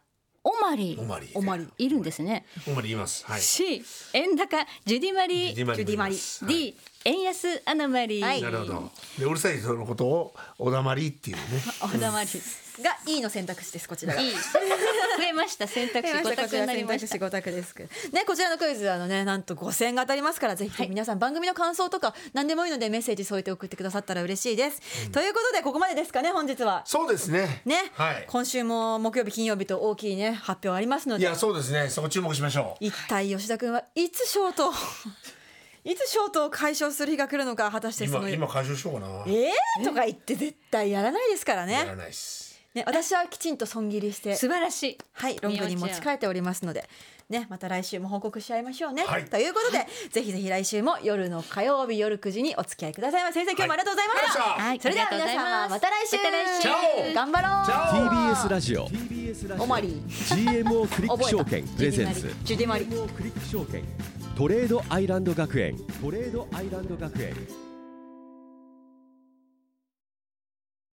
S5: オマリ
S2: オ
S5: ー
S2: マリー
S3: おまり
S5: いるんですね、
S2: オマリーいますはい
S5: C 円高ジュディマリー
S2: ジュディマリーもいます
S5: D 円安アノマリー、
S3: はい
S2: なるほどでうるさい人のことをおだまりって いうね
S5: おだまり
S3: が E の選択肢ですこちらが。
S5: いい増えました選択肢5択になりました
S3: 選択肢五択ですけどねこちらのクイズあのねなんと5000が当たりますからぜひ皆さん番組の感想とか何でもいいのでメッセージ添えて送ってくださったら嬉しいです、ということでここまでですかね本日は
S2: そうですね
S3: ね、
S2: はい
S3: 今週も木曜日金曜日と大きいね発表ありますの
S2: い
S3: で
S2: やそうですねそこ注目しましょう
S3: 一体吉田君はいつショ ートをいつショートを解消する日が来るのか果たしてその
S2: 今今解消しようかな
S3: えー、とか言って絶対やらないですから
S2: やら
S3: ね
S2: ないっす
S3: ね私はきちんと損切りして
S5: 素晴らしい
S3: はい、ロングに持ち帰っておりますので、ね、また来週も報告し合いましょうね。
S2: はい
S3: ということで、ぜひぜひ来週も夜の火曜日夜9時にお付き合いくださいませ。先生、今日もありがとうございました。
S2: はい
S5: はい
S3: それでは皆様、また来週。
S5: また来週
S2: チャオ
S3: 頑張ろう。
S2: チャオ
S1: TBS ラジオ TBS ラジ
S3: オマリ
S1: GMO クリック証券プレゼンツ
S3: ジュディマリ
S1: GMO クリック証券トレードアイランド学園トレードアイランド学園